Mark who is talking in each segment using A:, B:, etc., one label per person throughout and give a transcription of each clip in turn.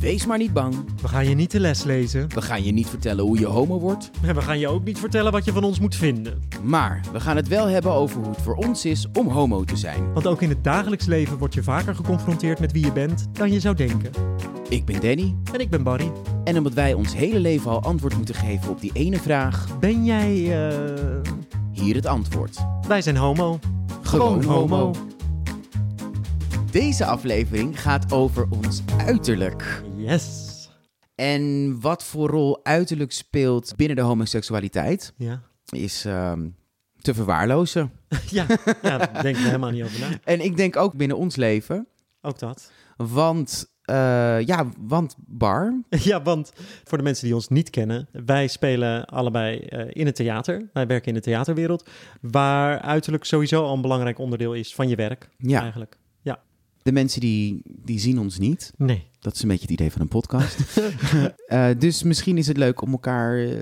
A: Wees maar niet bang.
B: We gaan je niet de les lezen.
A: We gaan je niet vertellen hoe je homo wordt.
B: En we gaan je ook niet vertellen wat je van ons moet vinden.
A: Maar we gaan het wel hebben over hoe het voor ons is om homo te zijn.
B: Want ook in het dagelijks leven word je vaker geconfronteerd met wie je bent dan je zou denken.
A: Ik ben Danny.
B: En ik ben Barry.
A: En omdat wij ons hele leven al antwoord moeten geven op die ene vraag,
B: Ben jij. eh,
A: hier het antwoord.
B: Wij zijn homo.
A: Gewoon homo. Deze aflevering gaat over ons uiterlijk.
B: Yes.
A: En wat voor rol uiterlijk speelt binnen de homoseksualiteit
B: Ja.
A: is ehm, te verwaarlozen.
B: ja. Ja, daar denk ik helemaal niet over na.
A: En ik denk ook binnen ons leven.
B: Ook dat.
A: Want, eh, ja, want Bar,
B: Ja, want voor de mensen die ons niet kennen, wij spelen allebei eh, in het theater. Wij werken in de theaterwereld, waar uiterlijk sowieso al een belangrijk onderdeel is van je werk.
A: ja,
B: Eigenlijk.
A: de mensen die, die zien ons niet.
B: Nee.
A: Dat is een beetje het idee van een podcast. Eh, dus misschien is het leuk om elkaar eh,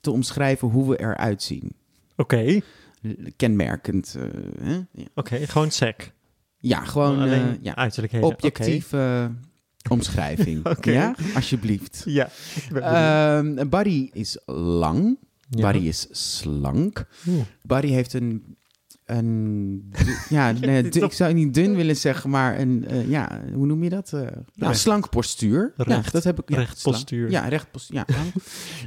A: te omschrijven hoe we eruit zien.
B: Oké.
A: L- Kenmerkend. eh, hè? Ja.
B: Oké, gewoon sec.
A: Ja, gewoon
B: Alleen
A: eh, ja,
B: uiterlijkheden.
A: objectieve eh, omschrijving.
B: Oké.
A: Ja, alsjeblieft.
B: Oké. Ja. ik ben benieuwd.
A: Ehm Barry is lang.
B: Ja.
A: Barry is slank.
B: Oeh.
A: Barry heeft een. een ja, nee,
B: Dit is
A: dun-
B: toch-
A: ik zou niet dun willen zeggen, maar een. eh, ja, hoe noem je dat? Eh, nou,
B: Recht.
A: slank postuur.
B: Recht.
A: Ja, dat heb ik. Ja,
B: Recht
A: slank.
B: postuur.
A: Ja, recht postuur. Ja, lang.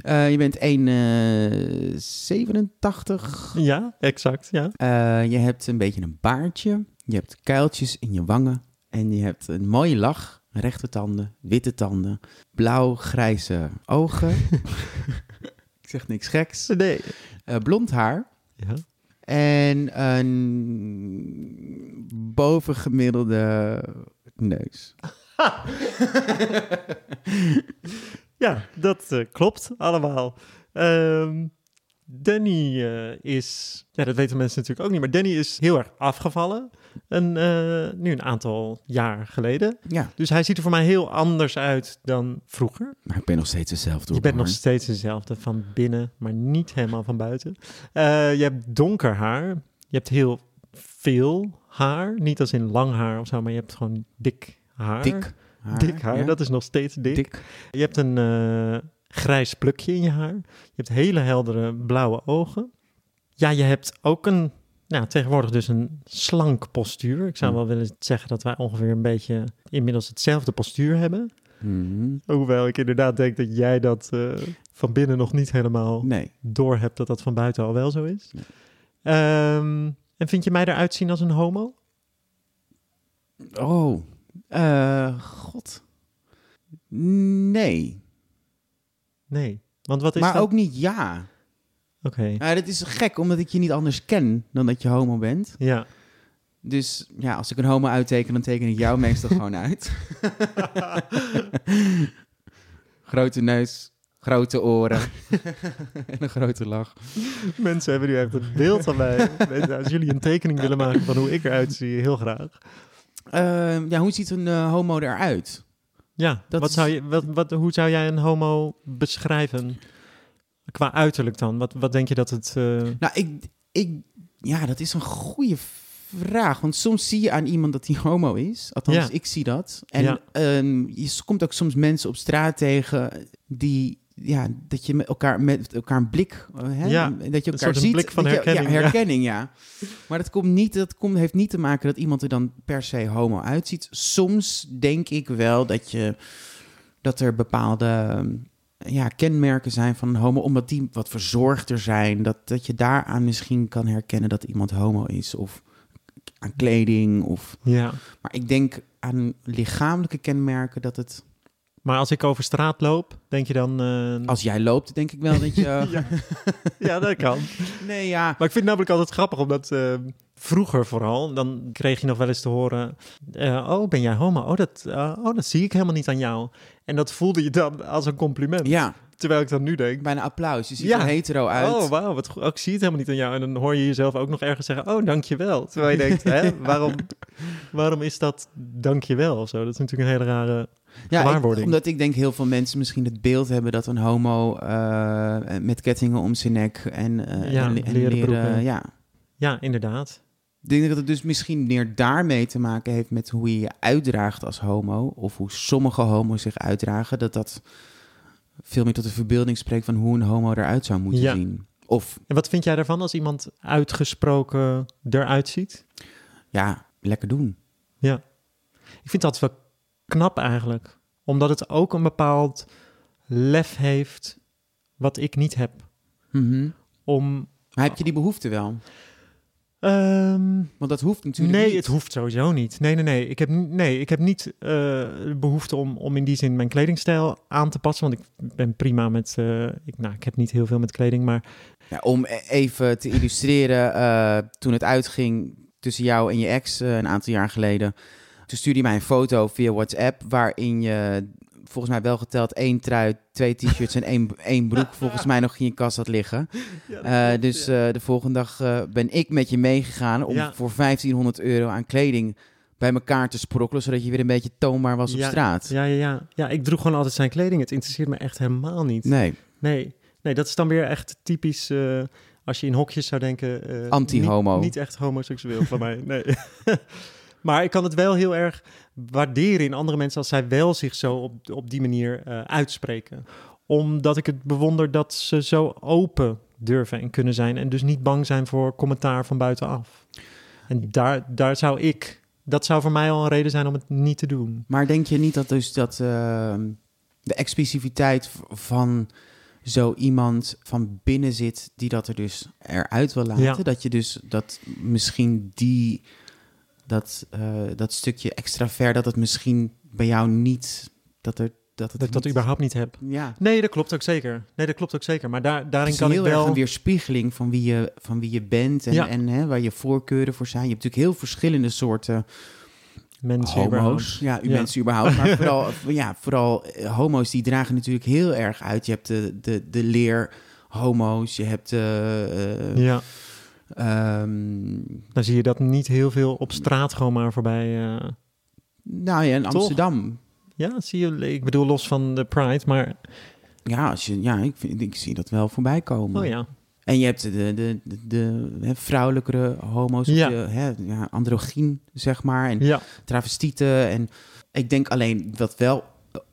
A: Eh, je bent eh, 1,87.
B: Ja, exact. Ja.
A: Eh, je hebt een beetje een baardje. Je hebt kuiltjes in je wangen. En je hebt een mooie lach. Rechte tanden, witte tanden, blauw-grijze ogen. ik zeg niks geks.
B: Nee.
A: Eh, blond haar.
B: Ja.
A: En een bovengemiddelde neus.
B: Ja, dat eh, klopt allemaal. Ehm, Danny eh, is, ja, dat weten mensen natuurlijk ook niet, maar Danny is heel erg afgevallen. Een, eh, nu een aantal jaar geleden.
A: Ja,
B: Dus hij ziet er voor mij heel anders uit dan vroeger.
A: maar ik ben nog steeds dezelfde.
B: Je
A: hoor,
B: bent nog
A: hoor.
B: steeds dezelfde van binnen, maar niet helemaal van buiten. Eh, je hebt donker haar. Je hebt heel veel haar. Niet als in lang haar of zo, maar je hebt gewoon dik haar.
A: dik. Haar,
B: Dik haar,
A: ja.
B: dat is nog steeds dik.
A: dik.
B: Je hebt een eh, grijs plukje in je haar. Je hebt hele heldere blauwe ogen. Ja, je hebt ook een, nou, tegenwoordig dus een slank postuur. Ik zou
A: Hmm.
B: wel willen zeggen dat wij ongeveer een beetje inmiddels hetzelfde postuur hebben.
A: Mhm.
B: Hoewel ik inderdaad denk dat jij dat eh, van binnen nog niet helemaal
A: Nee,
B: door hebt dat dat van buiten al wel zo is.
A: Nee.
B: Ehm, en vind je mij eruit zien als een homo?
A: Oh, eh, god. Nee,
B: Nee. Want wat is
A: maar
B: dat?
A: ook niet ja.
B: Oké,
A: Nou, dat is gek, omdat ik je niet anders ken dan dat je homo bent.
B: ja.
A: Dus ja, als ik een homo uitteken, dan teken ik jou meestal gewoon uit. grote neus, grote oren en een grote lach.
B: Mensen hebben nu echt een beeld van mij. Mensen, als jullie een tekening willen maken van hoe ik eruit zie, heel graag.
A: Ehm, ja, hoe ziet een eh, homo eruit?
B: Ja,
A: Dat
B: wat
A: is-
B: zou je, wat, wat, hoe zou jij een homo beschrijven? Qua uiterlijk dan? Wat, wat denk je dat het... eh,
A: Nou, ik, ik, ja, dat is een goede vraag. Want soms zie je aan iemand dat hij homo is. Althans,
B: Ja.
A: ik zie dat. En
B: Ja.
A: ehm, je s- komt ook soms mensen op straat tegen die. Ja, dat je met elkaar, met elkaar een blik. eh, Hè,
B: Ja,
A: dat je elkaar
B: soort een
A: ziet.
B: blik van
A: dat je-
B: herkenning, ja.
A: ja, herkenning, ja. Maar dat, komt niet, dat komt, heeft niet te maken dat iemand er dan per se homo uitziet. Soms denk ik wel dat, je, dat er bepaalde ehm, ja, kenmerken zijn van een homo, omdat die wat verzorgder zijn, dat, dat je daaraan misschien kan herkennen dat iemand homo is. Of aan kleding. Of,
B: ja,
A: maar ik denk aan lichamelijke kenmerken dat het.
B: maar als ik over straat loop, denk je dan... eh,
A: Als jij loopt, denk ik wel dat je.
B: ja. ja, dat kan.
A: Nee, ja.
B: Maar ik vind het namelijk altijd grappig, omdat eh, vroeger vooral, dan kreeg je nog wel eens te horen... eh, oh, ben jij homo? Oh dat, eh, oh, dat zie ik helemaal niet aan jou. En dat voelde je dan als een compliment.
A: Ja,
B: Terwijl ik dan nu denk...
A: bijna applaus. Je ziet
B: Ja.
A: er hetero uit.
B: Oh, wauw, wat goed. Oh, ik zie het helemaal niet aan jou. En dan hoor je jezelf ook nog ergens zeggen, oh, dankjewel. Terwijl je denkt, hè, waarom, waarom is dat dankjewel of zo? Dat is natuurlijk een hele rare...
A: Ja, ik-
B: Gewaarwording.
A: omdat ik denk heel veel mensen misschien het beeld hebben dat een homo eh, met kettingen om zijn nek en, eh,
B: Ja,
A: en, en
B: leren
A: leren,
B: broeken.
A: ja,
B: Ja, inderdaad.
A: Ik denk dat het dus misschien meer daarmee te maken heeft met hoe je je uitdraagt als homo. Of hoe sommige homo's zich uitdragen. Dat dat veel meer tot de verbeelding spreekt van hoe een homo eruit zou moeten
B: Ja.
A: zien. Of
B: En wat vind jij daarvan als iemand uitgesproken eruit ziet?
A: ja, lekker doen.
B: Ik vind dat wel knap eigenlijk. Omdat het ook een bepaald lef heeft wat ik niet heb.
A: Mhm.
B: Om...
A: Maar heb je die behoefte wel?
B: ehm,
A: Want dat hoeft natuurlijk
B: nee,
A: niet.
B: het hoeft sowieso niet. Nee, nee, nee. Ik heb, ni- nee, ik heb niet eh, de behoefte om, om in die zin mijn kledingstijl aan te passen. Want ik ben prima met... eh, ik, nou, ik heb niet heel veel met kleding, maar...
A: Ja, om e- even te illustreren, eh, toen het uitging tussen jou en je ex eh, een aantal jaar geleden, toen stuurde hij mij een foto via WhatsApp waarin je volgens mij wel geteld één trui, twee t-shirts en één, één broek volgens mij nog in je kast had liggen. Eh, dus eh, de volgende dag eh, ben ik met je meegegaan om
B: Ja.
A: voor 1500 euro aan kleding bij elkaar te sprokkelen, zodat je weer een beetje toonbaar was op
B: Ja,
A: straat.
B: Ja, ja, ja. Ja, ik droeg gewoon altijd zijn kleding. Het interesseert me echt helemaal niet.
A: Nee,
B: Nee, nee dat is dan weer echt typisch eh, als je in hokjes zou denken. eh,
A: Anti-homo.
B: Niet, niet echt homoseksueel van mij, nee. maar ik kan het wel heel erg waarderen in andere mensen als zij wel zich zo op, op die manier eh, uitspreken. Omdat ik het bewonder dat ze zo open durven en kunnen zijn en dus niet bang zijn voor commentaar van buitenaf. En daar, daar zou ik, dat zou voor mij al een reden zijn om het niet te doen.
A: Maar denk je niet dat dus dat ehm, de exclusiviteit v- van zo iemand van binnen zit die dat er dus eruit wil laten?
B: Ja.
A: Dat je dus dat misschien die dat, eh, dat stukje extravert dat het misschien bij jou niet dat er dat het
B: Dat ik dat
A: niet-
B: überhaupt niet heb.
A: ja.
B: Nee, dat klopt ook zeker. Nee, dat klopt ook zeker. Maar daar,
A: Het
B: daarin
A: is
B: kan ik
A: heel erg
B: wel...
A: een weerspiegeling van wie je, van wie je bent en,
B: Ja.
A: en hè, waar je voorkeuren voor zijn. Je hebt natuurlijk heel verschillende soorten
B: mensen überhaupt.
A: homo's. Ja, u
B: Ja.
A: mensen überhaupt. Maar vooral, ja, vooral eh, homo's die dragen natuurlijk heel erg uit. Je hebt de, de, de leer homo's, je hebt de... eh,
B: Ja,
A: ehm,
B: dan zie je dat niet heel veel op straat gewoon maar voorbij. eh.
A: nou ja, in
B: Toch?
A: Amsterdam.
B: Ja, zie je, ik bedoel los van de Pride, maar...
A: Ja, als je, ja ik, vind, ik zie dat wel voorbij komen.
B: Oh ja,
A: En je hebt de, de, de, de, hè, vrouwelijkere homo's, of
B: Ja.
A: de, hè, ja, androgyn, zeg maar. En
B: ja,
A: travestieten. En ik denk alleen wat wel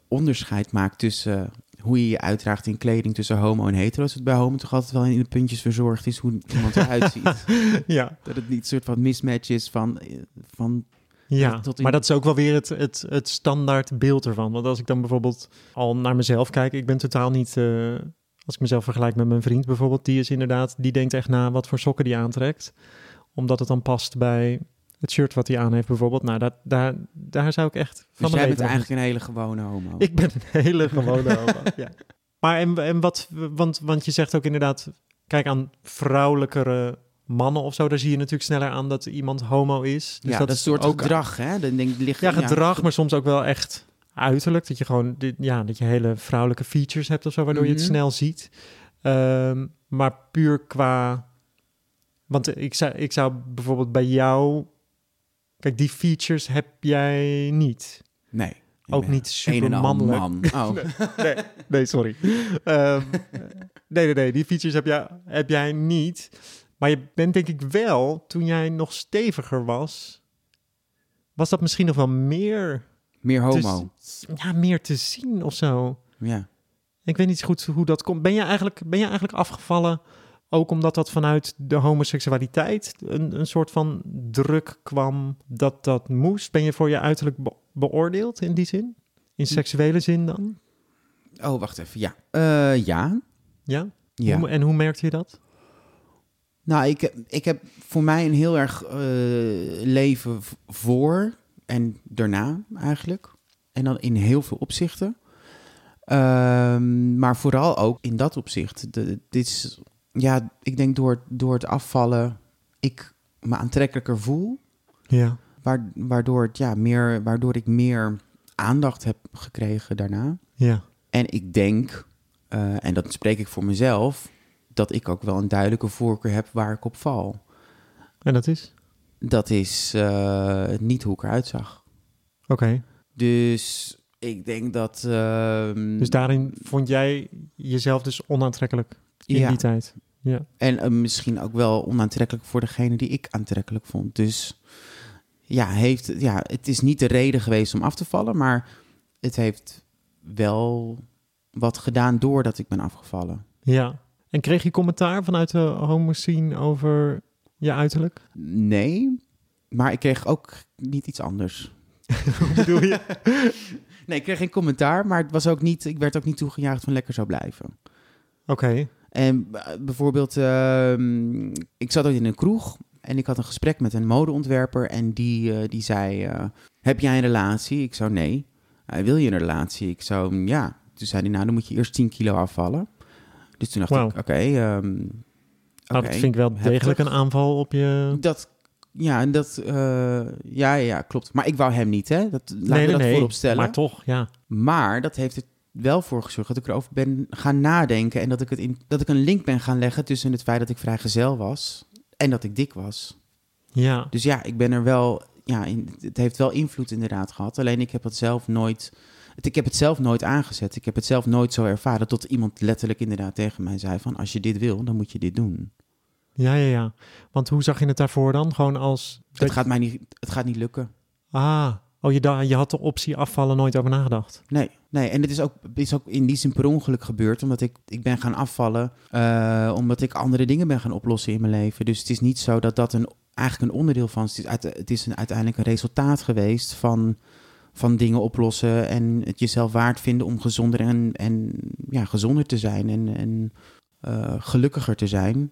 A: onderscheid maakt tussen eh, hoe je je uitdraagt in kleding tussen homo en hetero. Is het bij homo toch altijd wel in de puntjes verzorgd is hoe iemand eruit ziet.
B: ja,
A: Dat het niet een soort van mismatch is van, eh, van
B: ja.
A: Tot- tot in-
B: Maar dat is ook wel weer het, het, het standaard beeld ervan. Want als ik dan bijvoorbeeld al naar mezelf kijk, ik ben totaal niet... eh, als ik mezelf vergelijk met mijn vriend bijvoorbeeld, die is inderdaad... Die denkt echt na wat voor sokken die aantrekt. Omdat het dan past bij het shirt wat hij aan heeft bijvoorbeeld. Nou, dat, daar, daar zou ik echt van
A: dus
B: mijn
A: jij
B: leven
A: bent eigenlijk een hele gewone homo.
B: Ik dus ben een hele gewone homo. ja. Maar en, en wat, want, want je zegt ook inderdaad, kijk aan vrouwelijkere mannen of zo, daar zie je natuurlijk sneller aan dat iemand homo is. Dus
A: ja,
B: dat,
A: dat, soort
B: ook
A: gedrag, hè? Dan denk, ik, ligt,
B: Ja, gedrag, maar soms ook wel echt uiterlijk. Dat je gewoon, dit- ja, dat je hele vrouwelijke features hebt of zo, waardoor je het
A: Mhm.
B: snel ziet. Ehm, maar puur qua, want ik zou, ik zou bijvoorbeeld bij jou, kijk, die features heb jij niet.
A: Nee. ik
B: Ook
A: ben
B: niet
A: een
B: super
A: en al
B: mannelijk.
A: man. Oh.
B: Nee, nee sorry. Ehm, nee, nee, nee. Die features heb jij, heb jij niet. Maar je bent denk ik wel, toen jij nog steviger was, was dat misschien nog wel meer...
A: Meer
B: te
A: homo.
B: z- ja, meer te zien of zo.
A: Ja.
B: Ik weet niet zo goed hoe dat komt. Ben je eigenlijk, ben je eigenlijk afgevallen ook omdat dat vanuit de homoseksualiteit een, een soort van druk kwam dat dat moest? Ben je voor je uiterlijk be- beoordeeld in die zin? In seksuele zin dan?
A: Oh, wacht even. Ja. Eh, ja.
B: Ja?
A: Ja.
B: Hoe- en hoe merkte je dat?
A: Nou, ik, heb- ik heb voor mij een heel erg eh, leven v- voor en daarna eigenlijk. En dan in heel veel opzichten. Ehm, maar vooral ook in dat opzicht. De- dit is, ja, ik denk door, door het afvallen ik me aantrekkelijker voel.
B: Ja.
A: waar- Waardoor, het, ja, meer, waardoor ik meer aandacht heb gekregen daarna.
B: Ja.
A: En ik denk, eh, en dat spreek ik voor mezelf, dat ik ook wel een duidelijke voorkeur heb waar ik op val.
B: En dat is?
A: Dat is eh, niet hoe ik eruit zag.
B: Oké.
A: Dus ik denk dat. ehm,
B: Dus daarin vond jij jezelf dus onaantrekkelijk in
A: ja,
B: die tijd? Ja.
A: En eh, misschien ook wel onaantrekkelijk voor degene die ik aantrekkelijk vond. Dus ja, heeft, ja, het is niet de reden geweest om af te vallen, maar het heeft wel wat gedaan doordat ik ben afgevallen.
B: ja. En kreeg je commentaar vanuit de homo scene over je uiterlijk?
A: Nee, maar ik kreeg ook niet iets anders.
B: Hoe bedoel je?
A: Nee, ik kreeg geen commentaar, maar het was ook niet, ik werd ook niet toegejaagd van lekker zo blijven.
B: Oké. Nou,
A: En b- bijvoorbeeld, ehm, ik zat ooit in een kroeg en ik had een gesprek met een modeontwerper. En die, eh, die zei, eh, heb jij een relatie? Ik zou nee. Hij wil je een relatie? Ik zou "Mm, ja. Toen zei hij, nou dan moet je eerst 10 kilo afvallen. Dus toen dacht
B: Wauw.
A: ik, oké. ehm,
B: Nou,
A: oké.
B: dat vind ik wel
A: heftig.
B: degelijk een aanval op je...
A: Dat, ja, en dat, eh, ja, ja, klopt. Maar ik wou hem niet, hè. Dat, laten
B: nee,
A: we
B: nee,
A: dat
B: nee.
A: voorop stellen.
B: Maar toch, ja.
A: Maar dat heeft er wel voor gezorgd dat ik erover ben gaan nadenken. En dat ik, het in, dat ik een link ben gaan leggen tussen het feit dat ik vrijgezel was en dat ik dik was.
B: Ja.
A: Dus ja, ik ben er wel. Ja, in, het heeft wel invloed inderdaad gehad. Alleen ik heb het zelf nooit. Het, ik heb het zelf nooit aangezet. Ik heb het zelf nooit zo ervaren. Tot iemand letterlijk inderdaad tegen mij zei: van als je dit wil, dan moet je dit doen.
B: Ja, ja, ja. Want hoe zag je het daarvoor dan? Gewoon als...
A: Het gaat mij niet, het gaat niet lukken.
B: Ah, oh, je, da- je had de optie afvallen nooit over nagedacht.
A: Nee, nee. En het is ook, is ook in die zin per ongeluk gebeurd. Omdat ik, ik ben gaan afvallen. eh, omdat ik andere dingen ben gaan oplossen in mijn leven. Dus het is niet zo dat dat een, eigenlijk een onderdeel van is. Het is, uit, het is een, uiteindelijk een resultaat geweest van, van dingen oplossen. En het jezelf waard vinden om gezonder en, en ja, gezonder te zijn. En, en eh, gelukkiger te zijn.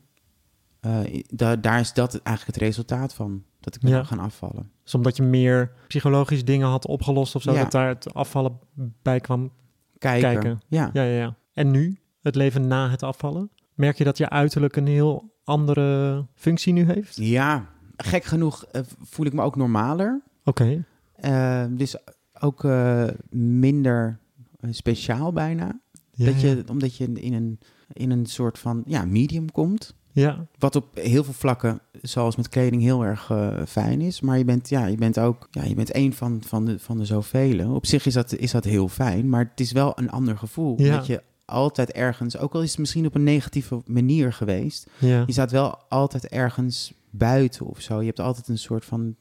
A: Eh, da- daar is dat eigenlijk het resultaat van. Dat ik ben
B: Ja.
A: gaan afvallen.
B: Dus omdat je meer psychologische dingen had opgelost of zo,
A: Ja.
B: dat daar het afvallen bij kwam.
A: Kijken.
B: Kijken.
A: Ja.
B: Ja, ja, ja. En nu, het leven na het afvallen, merk je dat je uiterlijk een heel andere functie nu heeft?
A: ja. Gek genoeg eh, voel ik me ook normaler.
B: Oké.
A: Eh, dus ook eh, minder eh, speciaal bijna.
B: Ja,
A: dat
B: ja.
A: je, omdat je in een, in een soort van ja, medium komt.
B: Ja,
A: Wat op heel veel vlakken, zoals met kleding, heel erg eh, fijn is. Maar je bent, ja, je bent ook ja, je bent één van, van, de, van de zoveel. Op zich is dat, is dat heel fijn, maar het is wel een ander gevoel.
B: Ja.
A: Dat je altijd ergens, ook al is het misschien op een negatieve manier geweest...
B: ja.
A: je staat wel altijd ergens buiten of zo. Je hebt altijd een soort van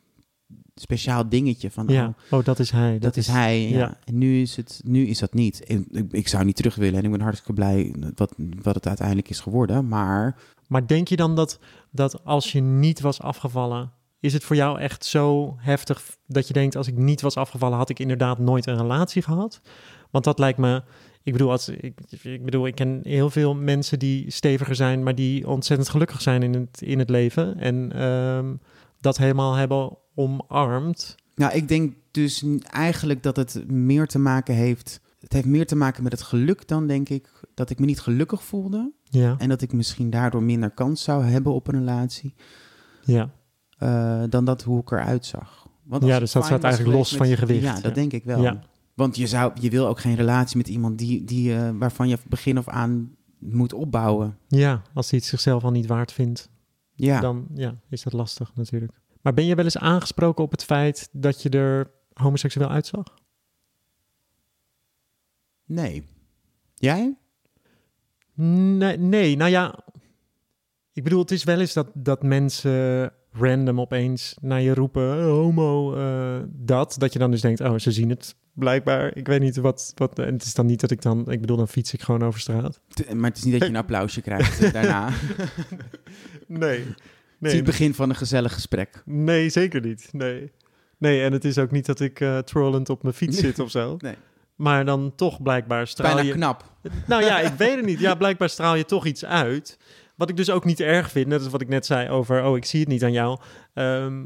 A: speciaal dingetje van... oh,
B: Ja, oh, dat is hij. Dat,
A: dat, is hij, ja.
B: ja.
A: En nu is, het, nu is dat niet. En ik, ik zou niet terug willen en ik ben hartstikke blij wat, wat het uiteindelijk is geworden. Maar
B: Maar denk je dan dat, dat als je niet was afgevallen, is het voor jou echt zo heftig dat je denkt, als ik niet was afgevallen, had ik inderdaad nooit een relatie gehad? Want dat lijkt me, ik bedoel, als, ik, ik bedoel, ik ken heel veel mensen die steviger zijn, maar die ontzettend gelukkig zijn in het, in het leven en ehm, dat helemaal hebben omarmd.
A: nou, ik denk dus n- eigenlijk dat het meer te maken heeft... Het heeft meer te maken met het geluk dan, denk ik, dat ik me niet gelukkig voelde.
B: Ja,
A: En dat ik misschien daardoor minder kans zou hebben op een relatie.
B: ja.
A: eh, dan dat hoe ik eruit zag. Want
B: Ja,
A: als ik
B: dus
A: fijn
B: dat staat
A: was
B: eigenlijk
A: geweest
B: los
A: met-
B: van je gewicht.
A: Ja, dat
B: Ja.
A: denk ik wel.
B: Ja.
A: Want je, zou, je wil ook geen relatie met iemand die, die, eh, waarvan je begin af aan moet opbouwen.
B: ja als hij het zichzelf al niet waard vindt.
A: Ja.
B: dan ja, is dat lastig natuurlijk. Maar ben je wel eens aangesproken op het feit dat je er homoseksueel uitzag?
A: Nee. Jij?
B: Nee, nee nou ja. Ik bedoel, het is wel eens dat, dat mensen random opeens naar je roepen, "Eh, homo, eh, dat. Dat je dan dus denkt, oh, ze zien het blijkbaar. Ik weet niet wat, wat... En het is dan niet dat ik dan... Ik bedoel, dan fiets ik gewoon over straat.
A: T- maar het is niet dat je een applausje krijgt eh, daarna.
B: Nee.
A: Het is het begin van een gezellig gesprek.
B: Nee, zeker niet. Nee. Nee, en het is ook niet dat ik eh trollend op mijn fiets zit of zo.
A: Nee.
B: Maar dan toch blijkbaar straal
A: Bijna
B: je...
A: knap.
B: Nou ja, ik weet het niet. Ja, blijkbaar straal je toch iets uit. Wat ik dus ook niet erg vind, net als wat ik net zei over... oh, ik zie het niet aan jou. Ehm,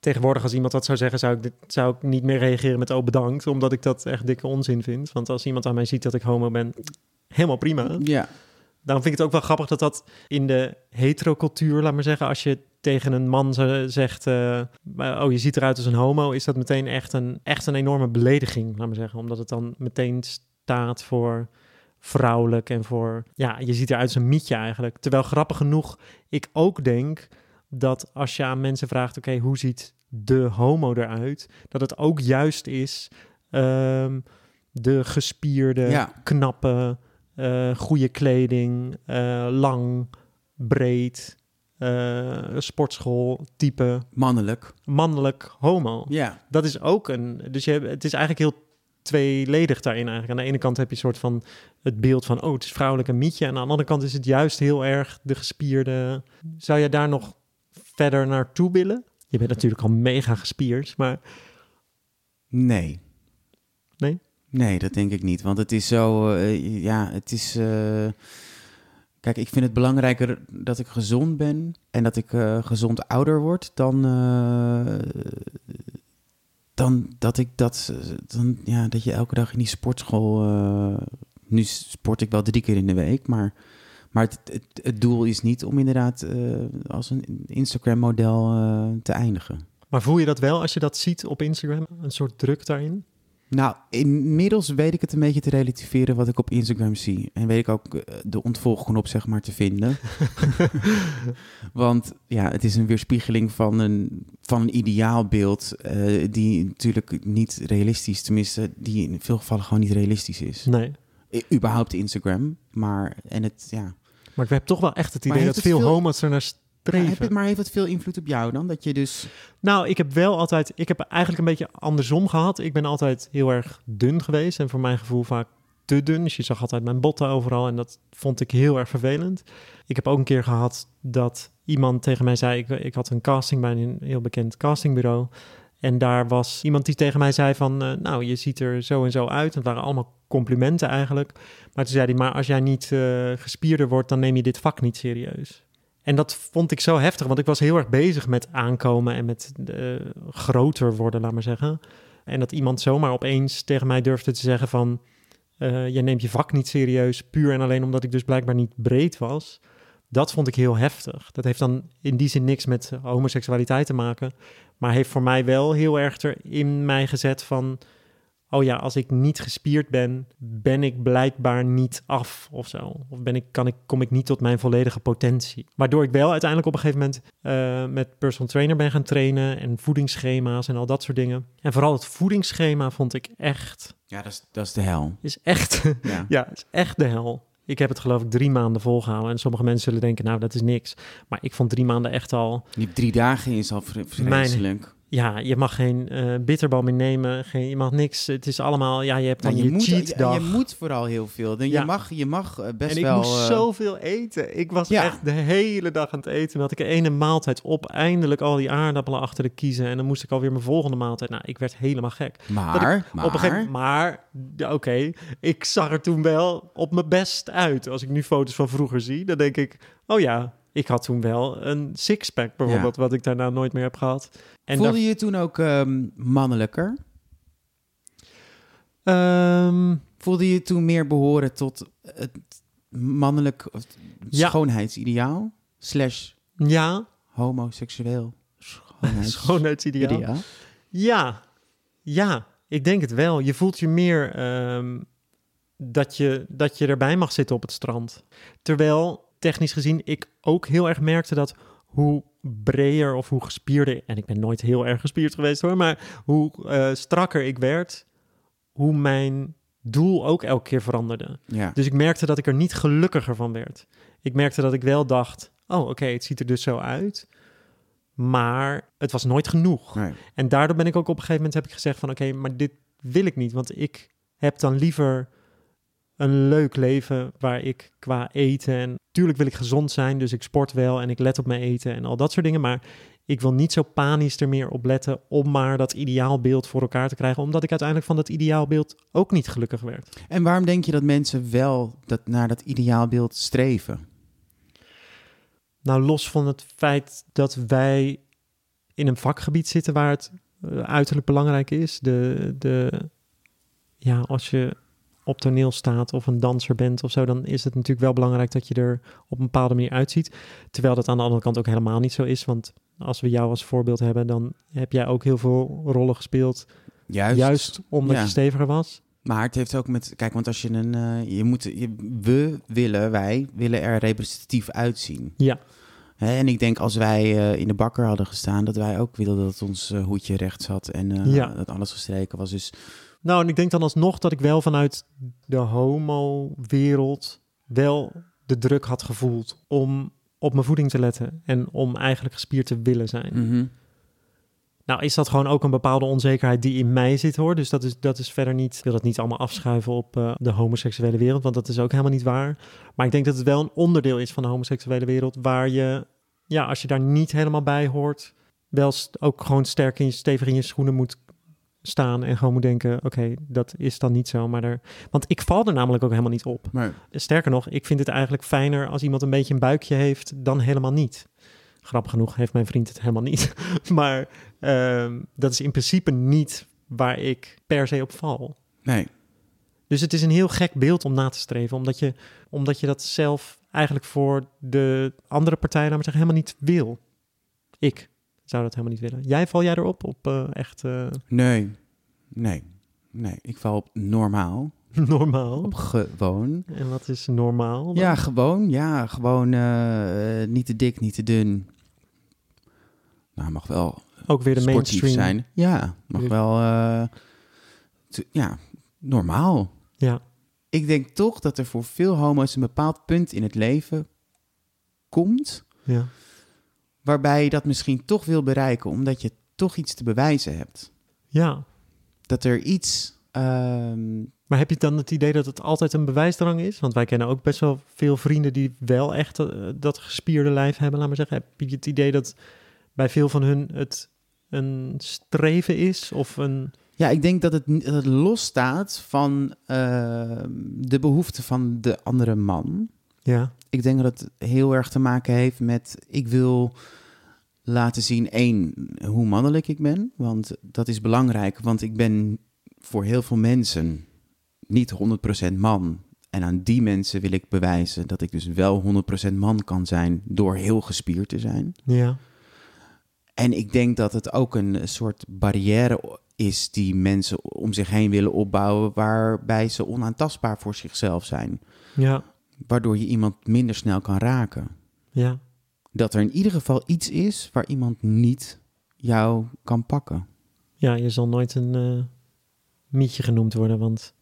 B: tegenwoordig als iemand dat zou zeggen, zou ik, dit, zou ik niet meer reageren met... oh, bedankt, omdat ik dat echt dikke onzin vind. Want als iemand aan mij ziet dat ik homo ben, helemaal prima.
A: Ja.
B: Daarom vind ik het ook wel grappig dat dat in de heterocultuur, laat maar zeggen, als je tegen een man zo- zegt, eh, oh je ziet eruit als een homo, is dat meteen echt een, echt een enorme belediging, laat maar zeggen. Omdat het dan meteen staat voor vrouwelijk en voor, ja, je ziet eruit als een mietje eigenlijk. Terwijl grappig genoeg, ik ook denk dat als je aan mensen vraagt, oké, hoe ziet de homo eruit, dat het ook juist is ehm, de gespierde,
A: Ja.
B: knappe, eh, eh, goede kleding, eh, lang, breed, eh, sportschool, type,
A: Mannelijk.
B: mannelijk, homo.
A: Ja.
B: Dat is ook een. Dus je hebt, het is eigenlijk heel tweeledig daarin eigenlijk. Aan de ene kant heb je een soort van het beeld van oh, het is vrouwelijk een mietje. En aan de andere kant is het juist heel erg de gespierde. Zou je daar nog verder naartoe willen? Je bent natuurlijk al mega gespierd, maar
A: Nee.
B: Nee?
A: Nee, dat denk ik niet. Want het is zo, eh, ja, het is. eh, kijk, ik vind het belangrijker dat ik gezond ben en dat ik eh, gezond ouder word dan. eh, dan dat ik dat. eh, Dan, ja, dat je elke dag in die sportschool. eh, nu sport ik wel drie keer in de week, maar. Maar het, het, het doel is niet om inderdaad eh, als een Instagram-model eh, te eindigen.
B: Maar voel je dat wel als je dat ziet op Instagram? Een soort druk daarin?
A: Nou, inmiddels weet ik het een beetje te relativeren wat ik op Instagram zie. En weet ik ook eh, de ontvolgknop, zeg maar, te vinden. Want ja, het is een weerspiegeling van een, van een ideaalbeeld... eh, die natuurlijk niet realistisch, tenminste, die in veel gevallen gewoon niet realistisch is.
B: Nee.
A: I- überhaupt Instagram, maar... En het, ja.
B: Maar ik heb toch wel echt het idee
A: heeft
B: dat
A: het
B: veel,
A: veel-
B: homo's er naar
A: Maar,
B: streven.
A: heb het, maar heeft het veel invloed op jou dan? Dat je dus...
B: Nou, ik heb wel altijd... Ik heb eigenlijk een beetje andersom gehad. Ik ben altijd heel erg dun geweest. En voor mijn gevoel vaak te dun. Dus je zag altijd mijn botten overal. En dat vond ik heel erg vervelend. Ik heb ook een keer gehad dat iemand tegen mij zei... Ik, ik had een casting bij een heel bekend castingbureau. En daar was iemand die tegen mij zei van... eh, nou, je ziet er zo en zo uit. Het waren allemaal complimenten eigenlijk. Maar toen zei hij... Maar als jij niet eh, gespierder wordt... dan neem je dit vak niet serieus. En dat vond ik zo heftig, want ik was heel erg bezig met aankomen en met eh, groter worden, laat maar zeggen. En dat iemand zomaar opeens tegen mij durfde te zeggen van, eh, je neemt je vak niet serieus, puur en alleen omdat ik dus blijkbaar niet breed was. Dat vond ik heel heftig. Dat heeft dan in die zin niks met homoseksualiteit te maken, maar heeft voor mij wel heel erg er in mij gezet van, oh ja, als ik niet gespierd ben, ben ik blijkbaar niet af of zo. Of ben ik, kan ik, kom ik niet tot mijn volledige potentie. Waardoor ik wel uiteindelijk op een gegeven moment eh, met personal trainer ben gaan trainen en voedingsschema's en al dat soort dingen. En vooral het voedingsschema vond ik echt,
A: Ja, dat is, dat is de hel.
B: is echt,
A: Ja.
B: ja, is echt de hel. Ik heb het geloof ik drie maanden volgehouden. En sommige mensen zullen denken, nou dat is niks. Maar ik vond drie maanden echt al
A: Die drie dagen is al vre- vreselijk.
B: ja, je mag geen eh, bitterbal meer nemen. Geen, je mag niks. Het is allemaal, ja, je hebt dan
A: Nou,
B: je,
A: moet,
B: cheat dag.
A: je moet vooral heel veel. Dan
B: Ja.
A: Je mag, je mag eh, best
B: en ik
A: wel...
B: moest
A: eh,
B: zoveel eten. Ik was
A: Ja.
B: echt de hele dag aan het eten. Dan had ik ene maaltijd op. Eindelijk al die aardappelen achter de kiezen. En dan moest ik alweer mijn volgende maaltijd. Nou, ik werd helemaal gek.
A: Maar, maar...
B: Op een gegeven moment, maar, ja, oké, ik zag er toen wel op mijn best uit. Als ik nu foto's van vroeger zie, dan denk ik, oh ja, ik had toen wel een sixpack bijvoorbeeld, wat ik daarna nooit meer heb gehad. En
A: Voelde je je toen ook ehm, mannelijker?
B: daar- Ehm,
A: Voelde je je toen meer behoren tot het mannelijk of het
B: Ja.
A: schoonheidsideaal? Slash
B: ja,
A: homoseksueel schoonheidsideaal?
B: schoonheidsideaal. Ja, ja, ik denk het wel. Je voelt je meer ehm, dat, je, dat je erbij mag zitten op het strand. Terwijl, technisch gezien, ik ook heel erg merkte dat hoe breder of hoe gespierder... en ik ben nooit heel erg gespierd geweest hoor... maar hoe eh, strakker ik werd, hoe mijn doel ook elke keer veranderde.
A: Ja.
B: Dus ik merkte dat ik er niet gelukkiger van werd. Ik merkte dat ik wel dacht: oh, oké, het ziet er dus zo uit. Maar het was nooit genoeg.
A: Nee.
B: En daardoor ben ik ook op een gegeven moment heb ik gezegd van oké, maar dit wil ik niet. Want ik heb dan liever een leuk leven waar ik qua eten en tuurlijk wil ik gezond zijn, dus ik sport wel en ik let op mijn eten en al dat soort dingen. Maar ik wil niet zo panisch er meer op letten om maar dat ideaalbeeld voor elkaar te krijgen, omdat ik uiteindelijk van dat ideaalbeeld ook niet gelukkig werd.
A: En waarom denk je dat mensen wel dat, naar dat ideaalbeeld streven?
B: Nou, los van het feit dat wij in een vakgebied zitten waar het eh, uiterlijk belangrijk is. De, de, ja, als je op toneel staat of een danser bent of zo, dan is het natuurlijk wel belangrijk dat je er op een bepaalde manier uitziet. Terwijl dat aan de andere kant ook helemaal niet zo is. Want als we jou als voorbeeld hebben, dan heb jij ook heel veel rollen gespeeld.
A: Juist.
B: Juist, omdat
A: Ja.
B: je steviger was.
A: Maar het heeft ook met... Kijk, want als je een... eh, je moet, je- we willen, wij willen er representatief uitzien.
B: Ja.
A: Hè, en ik denk als wij eh, in de bakker hadden gestaan, dat wij ook wilden dat ons eh, hoedje recht zat en eh,
B: Ja.
A: dat alles gestreken was. Dus
B: Nou, en ik denk dan alsnog dat ik wel vanuit de homo-wereld wel de druk had gevoeld om op mijn voeding te letten en om eigenlijk gespierd te willen zijn.
A: Mhm.
B: Nou, is dat gewoon ook een bepaalde onzekerheid die in mij zit hoor. Dus dat is, dat is verder niet. Ik wil dat niet allemaal afschuiven op eh, de homoseksuele wereld, want dat is ook helemaal niet waar. Maar ik denk dat het wel een onderdeel is van de homoseksuele wereld waar je, ja, als je daar niet helemaal bij hoort, wel st- ook gewoon sterk in je, stevig in je schoenen moet staan en gewoon moet denken: oké, dat is dan niet zo. Maar er, want ik val er namelijk ook helemaal niet op.
A: Maar
B: Sterker nog, ik vind het eigenlijk fijner als iemand een beetje een buikje heeft dan helemaal niet. Grappig genoeg heeft mijn vriend het helemaal niet. Maar ehm, dat is in principe niet waar ik per se op val.
A: nee,
B: Dus het is een heel gek beeld om na te streven, omdat je, omdat je dat zelf eigenlijk voor de andere partij, laat maar zeggen, helemaal niet wil. Ik zou dat helemaal niet willen. Jij val jij erop op eh, echt eh,
A: nee, nee, nee. Ik val op normaal,
B: normaal?
A: op gewoon.
B: En wat is Oh. normaal? dan?
A: Ja, gewoon. Ja, gewoon eh, eh, niet te dik, niet te dun. Nou, mag wel
B: Ook weer de
A: sportief
B: mainstream.
A: zijn. Ja, mag
B: Weer-
A: wel... eh, te- ja, normaal.
B: Ja.
A: Ik denk toch dat er voor veel homo's een bepaald punt in het leven komt...
B: Ja.
A: waarbij je dat misschien toch wil bereiken... omdat je toch iets te bewijzen hebt.
B: ja.
A: Dat er iets... ehm,
B: Maar heb je dan het idee dat het altijd een bewijsdrang is? Want wij kennen ook best wel veel vrienden die wel echt eh, dat gespierde lijf hebben, laat maar zeggen. Heb je het idee dat bij veel van hun het een streven is of een...
A: Ja, ik denk dat het, dat het los staat van eh, de behoefte van de andere man.
B: Ja,
A: Ik denk dat het heel erg te maken heeft met... ik wil laten zien, één, hoe mannelijk ik ben. Want dat is belangrijk, want ik ben voor heel veel mensen niet 100% man. En aan die mensen wil ik bewijzen dat ik dus wel 100% man kan zijn... door heel gespierd te zijn.
B: ja,
A: En ik denk dat het ook een soort barrière is die mensen om zich heen willen opbouwen, waarbij ze onaantastbaar voor zichzelf zijn.
B: ja,
A: Waardoor je iemand minder snel kan raken.
B: ja.
A: Dat er in ieder geval iets is waar iemand niet jou kan pakken.
B: Ja, je zal nooit een eh, mietje genoemd worden, want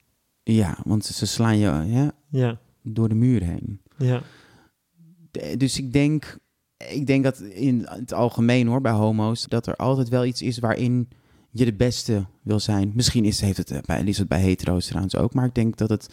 A: Ja, want ze slaan je hè,
B: ja,
A: door de muur heen.
B: ja,
A: De- Dus ik denk, ik denk dat in het algemeen hoor, bij homo's, dat er altijd wel iets is waarin je de beste wil zijn. Misschien is, heeft het, eh, bij, is het bij hetero's trouwens ook, maar ik denk dat het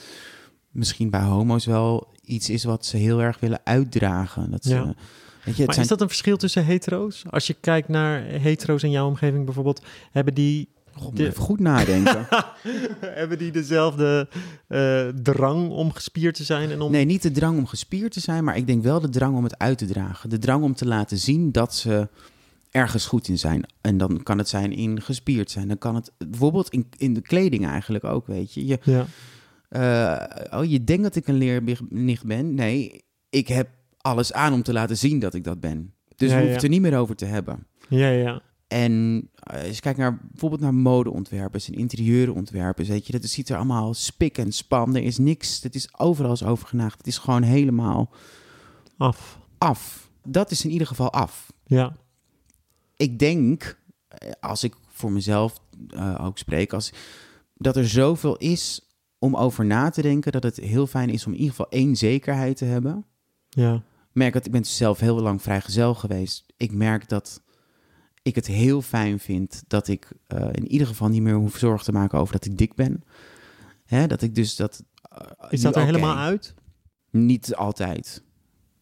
A: misschien bij homo's wel iets is wat ze heel erg willen uitdragen. Dat ze,
B: Ja.
A: weet je, het
B: maar
A: zijn,
B: is dat een verschil tussen hetero's? Als je kijkt naar hetero's in jouw omgeving bijvoorbeeld, hebben die
A: Goh, moet
B: de-
A: even goed nadenken.
B: hebben die dezelfde eh, drang om gespierd te zijn en om.
A: Nee, niet de drang om gespierd te zijn, maar ik denk wel de drang om het uit te dragen. De drang om te laten zien dat ze ergens goed in zijn. En dan kan het zijn in gespierd zijn. Dan kan het bijvoorbeeld in, in de kleding eigenlijk ook, weet je. je
B: Ja,
A: eh, oh, je denkt dat ik een leernicht ben? Nee, ik heb alles aan om te laten zien dat ik dat ben. Dus
B: Ja,
A: we hoeven
B: ja.
A: het er niet meer over te hebben.
B: ja, ja.
A: En eh, als je kijkt naar bijvoorbeeld naar modeontwerpers en interieurontwerpers, weet je, dat ziet er allemaal spik en span. Er is niks, het is overal is overgenaagd. Het is gewoon helemaal
B: af.
A: af. Dat is in ieder geval af.
B: Ja,
A: Ik denk, eh, als ik voor mezelf eh, ook spreek, als, dat er zoveel is om over na te denken, dat het heel fijn is om in ieder geval één zekerheid te hebben.
B: ja,
A: merk dat ik ben zelf heel lang vrijgezel geweest. Ik merk dat ik het heel fijn vind dat ik eh, in ieder geval niet meer hoef zorgen te maken over dat ik dik ben. Hè, dat ik dus dat. eh,
B: is
A: nu
B: dat er
A: oké.
B: helemaal uit?
A: Niet altijd.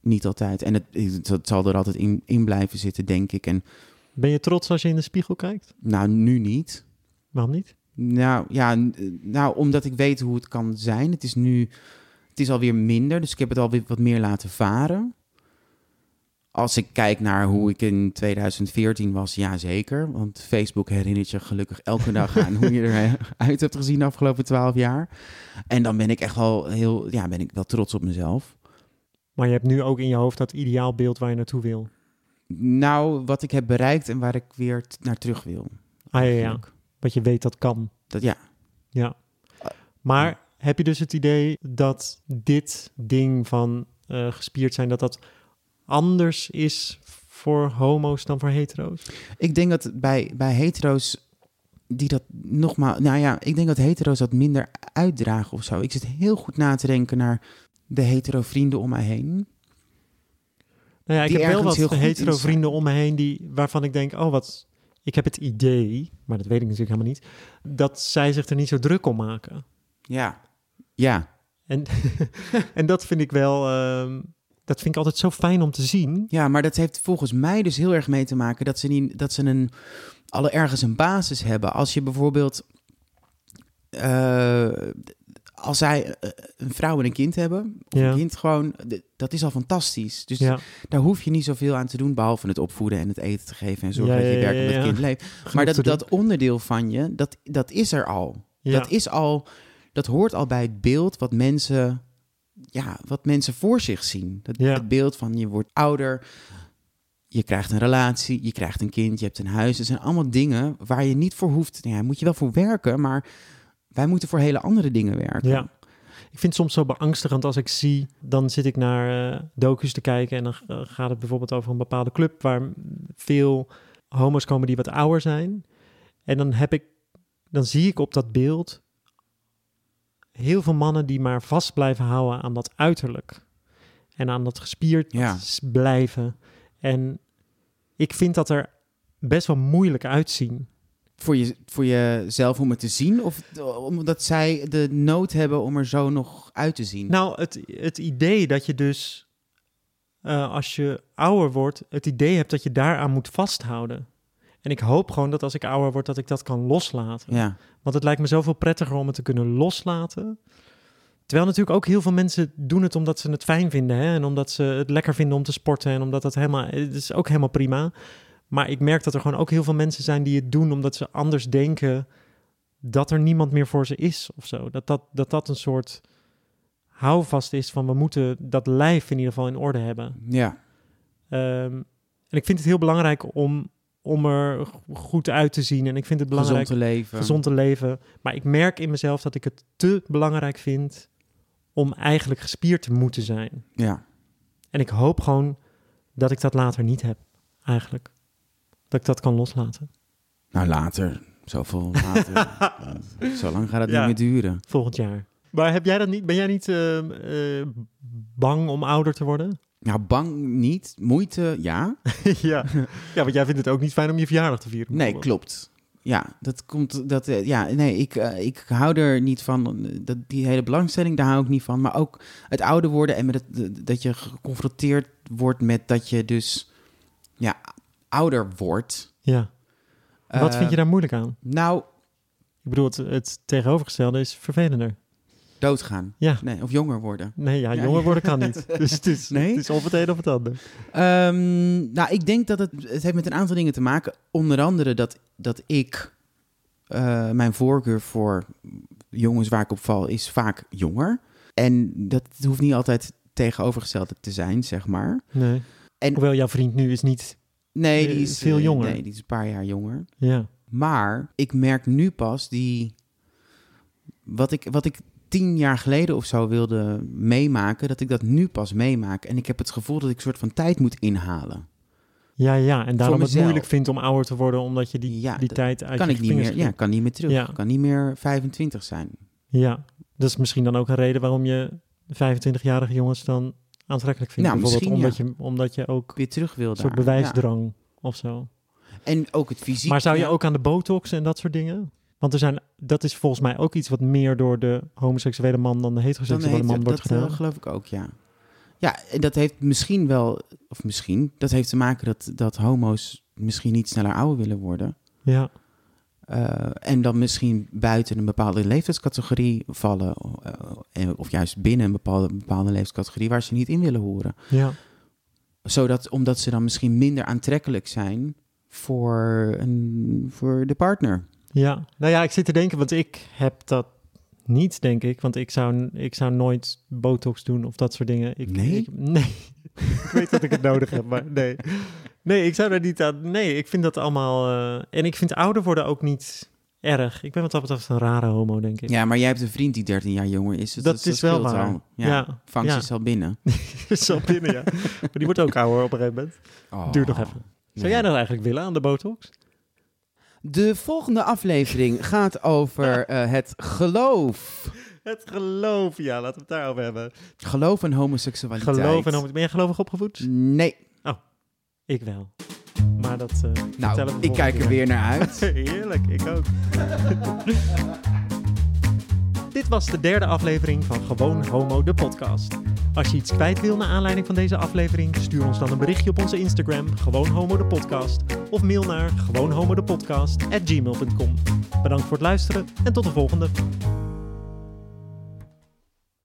A: Niet altijd. En het, het, het zal er altijd in, in blijven zitten, denk ik. En
B: Ben je trots als je in de spiegel kijkt?
A: nou, nu niet.
B: Waarom niet?
A: Nou ja, n- nou, omdat ik weet hoe het kan zijn. Het is nu, het is alweer minder, dus ik heb het alweer wat meer laten varen. Als ik kijk naar hoe ik in 2014 was, ja zeker. Want Facebook herinnert je gelukkig elke dag aan hoe je eruit hebt gezien de afgelopen twaalf jaar. En dan ben ik echt wel heel, ja, ben ik wel trots op mezelf.
B: Maar je hebt nu ook in je hoofd dat ideaalbeeld waar je naartoe wil.
A: Nou, wat ik heb bereikt en waar ik weer t- naar terug wil.
B: Ah ja, ja, ja.
A: eigenlijk.
B: Wat je weet dat kan.
A: Dat, ja,
B: Ja. Maar heb je dus het idee dat dit ding van eh, gespierd zijn, dat dat anders is voor homo's dan voor hetero's?
A: Ik denk dat bij, bij hetero's die dat nogmaals... Nou ja, ik denk dat hetero's dat minder uitdragen of zo. Ik zit heel goed na te denken naar de hetero-vrienden om mij heen.
B: Nou ja, ik
A: die
B: heb wel
A: ergens
B: wat
A: heel goed in
B: hetero
A: zijn.
B: vrienden om me heen die, waarvan ik denk, oh wat, ik heb het idee, maar dat weet ik natuurlijk helemaal niet, dat zij zich er niet zo druk om maken.
A: Ja. Ja.
B: En, en dat vind ik wel, ehm, dat vind ik altijd zo fijn om te zien.
A: Ja, maar dat heeft volgens mij dus heel erg mee te maken dat ze, niet, dat ze een, alle ergens een basis hebben. Als je bijvoorbeeld... eh, als zij eh, een vrouw en een kind hebben, of
B: Ja.
A: een kind gewoon, d- dat is al fantastisch. Dus
B: Ja,
A: daar hoef je niet zoveel aan te doen, behalve het opvoeden en het eten te geven en zorgen
B: Ja,
A: dat je
B: ja, ja,
A: werkt en dat
B: ja.
A: het kind leeft. Maar
B: genoeg te
A: dat, dat
B: doen.
A: onderdeel van je, dat, dat is er al.
B: Ja.
A: Dat is al, dat hoort al bij het beeld wat mensen, ja, wat mensen voor zich zien. Dat,
B: Ja.
A: Het beeld van je wordt ouder, je krijgt een relatie, je krijgt een kind, je hebt een huis. Dat zijn allemaal dingen waar je niet voor hoeft. Nou Ja, moet je wel voor werken, maar wij moeten voor hele andere dingen werken.
B: Ja. Ik vind het soms zo beangstigend als ik zie, dan zit ik naar eh docu's te kijken en dan eh, gaat het bijvoorbeeld over een bepaalde club waar mm, veel homo's komen die wat ouder zijn. En dan heb ik, dan zie ik op dat beeld heel veel mannen die maar vast blijven houden aan dat uiterlijk. En aan dat gespierd
A: Ja.
B: s- blijven. En ik vind dat er best wel moeilijk uitzien.
A: Voor, je, voor jezelf om het te zien? Of omdat zij de nood hebben om er zo nog uit te zien?
B: Nou, het, het idee dat je dus eh, als je ouder wordt, het idee hebt dat je daaraan moet vasthouden. En ik hoop gewoon dat als ik ouder word, dat ik dat kan loslaten.
A: ja.
B: Want het lijkt me zoveel prettiger om het te kunnen loslaten. Terwijl natuurlijk ook heel veel mensen doen het omdat ze het fijn vinden. Hè? En omdat ze het lekker vinden om te sporten. En omdat dat helemaal... Het is ook helemaal prima. Maar ik merk dat er gewoon ook heel veel mensen zijn die het doen omdat ze anders denken dat er niemand meer voor ze is of zo. Dat dat, dat, dat een soort houvast is van we moeten dat lijf in ieder geval in orde hebben.
A: ja.
B: Ehm, en ik vind het heel belangrijk om, om er g- goed uit te zien. En ik vind het belangrijk
A: Gezond te leven.
B: gezond te leven. Maar ik merk in mezelf dat ik het te belangrijk vind om eigenlijk gespierd te moeten zijn.
A: Ja.
B: En ik hoop gewoon dat ik dat later niet heb, eigenlijk. Dat ik dat kan loslaten.
A: Nou, later. Zoveel later. Eh, zo lang gaat het
B: Ja.
A: niet meer duren.
B: Volgend jaar. Maar heb jij dat niet? Ben jij niet ehm, eh, bang om ouder te worden?
A: Nou, bang niet. Moeite, ja.
B: ja. ja, want jij vindt het ook niet fijn om je verjaardag te vieren.
A: Nee,
B: bijvoorbeeld.
A: klopt. Ja, dat komt. Dat, eh, ja, nee, ik, eh, ik hou er niet van. eh, Dat, die hele belangstelling, daar hou ik niet van. Maar ook het ouder worden en met het, de- dat je geconfronteerd wordt met dat je dus ja, ouder wordt.
B: Ja. Wat
A: Eh,
B: vind je daar moeilijk aan?
A: Nou,
B: Ik bedoel, het, het tegenovergestelde is vervelender.
A: doodgaan.
B: Ja.
A: Nee, of jonger worden.
B: Nee, ja,
A: Ja.
B: jonger worden kan niet. Dus het is,
A: Nee?
B: het is of het een of het ander.
A: Ehm, nou, ik denk dat het, het heeft met een aantal dingen te maken. Onder andere dat, dat ik eh, mijn voorkeur voor jongens waar ik op val is vaak jonger. En dat hoeft niet altijd tegenovergesteld te zijn, zeg maar.
B: Nee.
A: En-
B: Hoewel jouw vriend nu is niet
A: Nee,
B: Eh,
A: die is
B: veel
A: eh,
B: jonger.
A: Nee, die is een paar jaar jonger.
B: Ja,
A: Maar ik merk nu pas die. Wat ik, wat ik tien jaar geleden of zo wilde meemaken, dat ik dat nu pas meemaak. En ik heb het gevoel dat ik een soort van tijd moet inhalen.
B: ja, ja. En daarom het
A: mezelf.
B: moeilijk vindt om ouder te worden, omdat je die,
A: Ja,
B: die
A: dat
B: tijd uit
A: kan
B: je
A: ik niet meer,
B: vingers
A: ja, kan niet meer terug.
B: Ja.
A: Kan niet meer 25 zijn.
B: schiet. ja, dat is misschien dan ook een reden waarom je 25-jarige jongens dan aantrekkelijk vindt.
A: Nou,
B: bijvoorbeeld omdat,
A: misschien,
B: je, omdat je ook
A: Weer terug wil
B: een
A: daar.
B: soort bewijsdrang of zo.
A: Ja. En ook het fysiek.
B: Maar zou je
A: ja.
B: ook aan de botox en dat soort dingen? Want er zijn, dat is volgens mij ook iets wat meer door de homoseksuele man dan de
A: Dan
B: heteroseksuele
A: heet-
B: man
A: dat
B: wordt
A: eh,
B: gedaan.
A: geloof ik ook, ja. Ja, en dat heeft misschien wel, of misschien, dat heeft te maken dat, dat homo's misschien niet sneller ouder willen worden.
B: ja,
A: Eh, en dan misschien buiten een bepaalde leeftijdscategorie vallen. eh, en- of juist binnen een bepaalde, bepaalde leeftijdscategorie waar ze niet in willen horen.
B: ja,
A: Zodat, omdat ze dan misschien minder aantrekkelijk zijn voor, een, voor de partner.
B: ja. Nou ja, ik zit te denken, want ik heb dat niet, denk ik. Want ik zou, ik zou nooit botox doen of dat soort dingen. Ik,
A: Nee?
B: Ik, nee. ik weet dat ik het nodig heb, maar nee. Nee, ik zou daar niet aan... Nee, ik vind dat allemaal... eh, en ik vind ouder worden ook niet erg. Ik ben wat dat betreft een rare homo, denk ik.
A: Ja, maar jij hebt een vriend die 13 jaar jonger is. dus
B: Dat is wel
A: scheelt
B: waar.
A: al. Ja,
B: ja.
A: Vang
B: ja.
A: ze al binnen.
B: Zo binnen, ja. Maar die wordt ook ouder op een gegeven moment.
A: Oh,
B: Duurt nog even. Zou nou
A: nee.
B: jij dat eigenlijk willen aan de botox?
A: De volgende aflevering gaat over eh, het geloof.
B: Het geloof, ja, laten we het daarover hebben.
A: Geloof en homoseksualiteit.
B: Geloof en homo- Ben jij gelovig opgevoed?
A: Nee.
B: Ik wel. Maar dat. eh, vertellen we
A: Nou, ik
B: volgende
A: kijk er
B: keer.
A: weer naar uit.
B: Heerlijk, ik ook. Dit was de derde aflevering van Gewoon Homo, de podcast. Als je iets kwijt wil naar aanleiding van deze aflevering, stuur ons dan een berichtje op onze Instagram, Gewoon Homo, de podcast. Of mail naar gewoonhomodepodcast@gmail.com. Bedankt voor het luisteren en tot de volgende.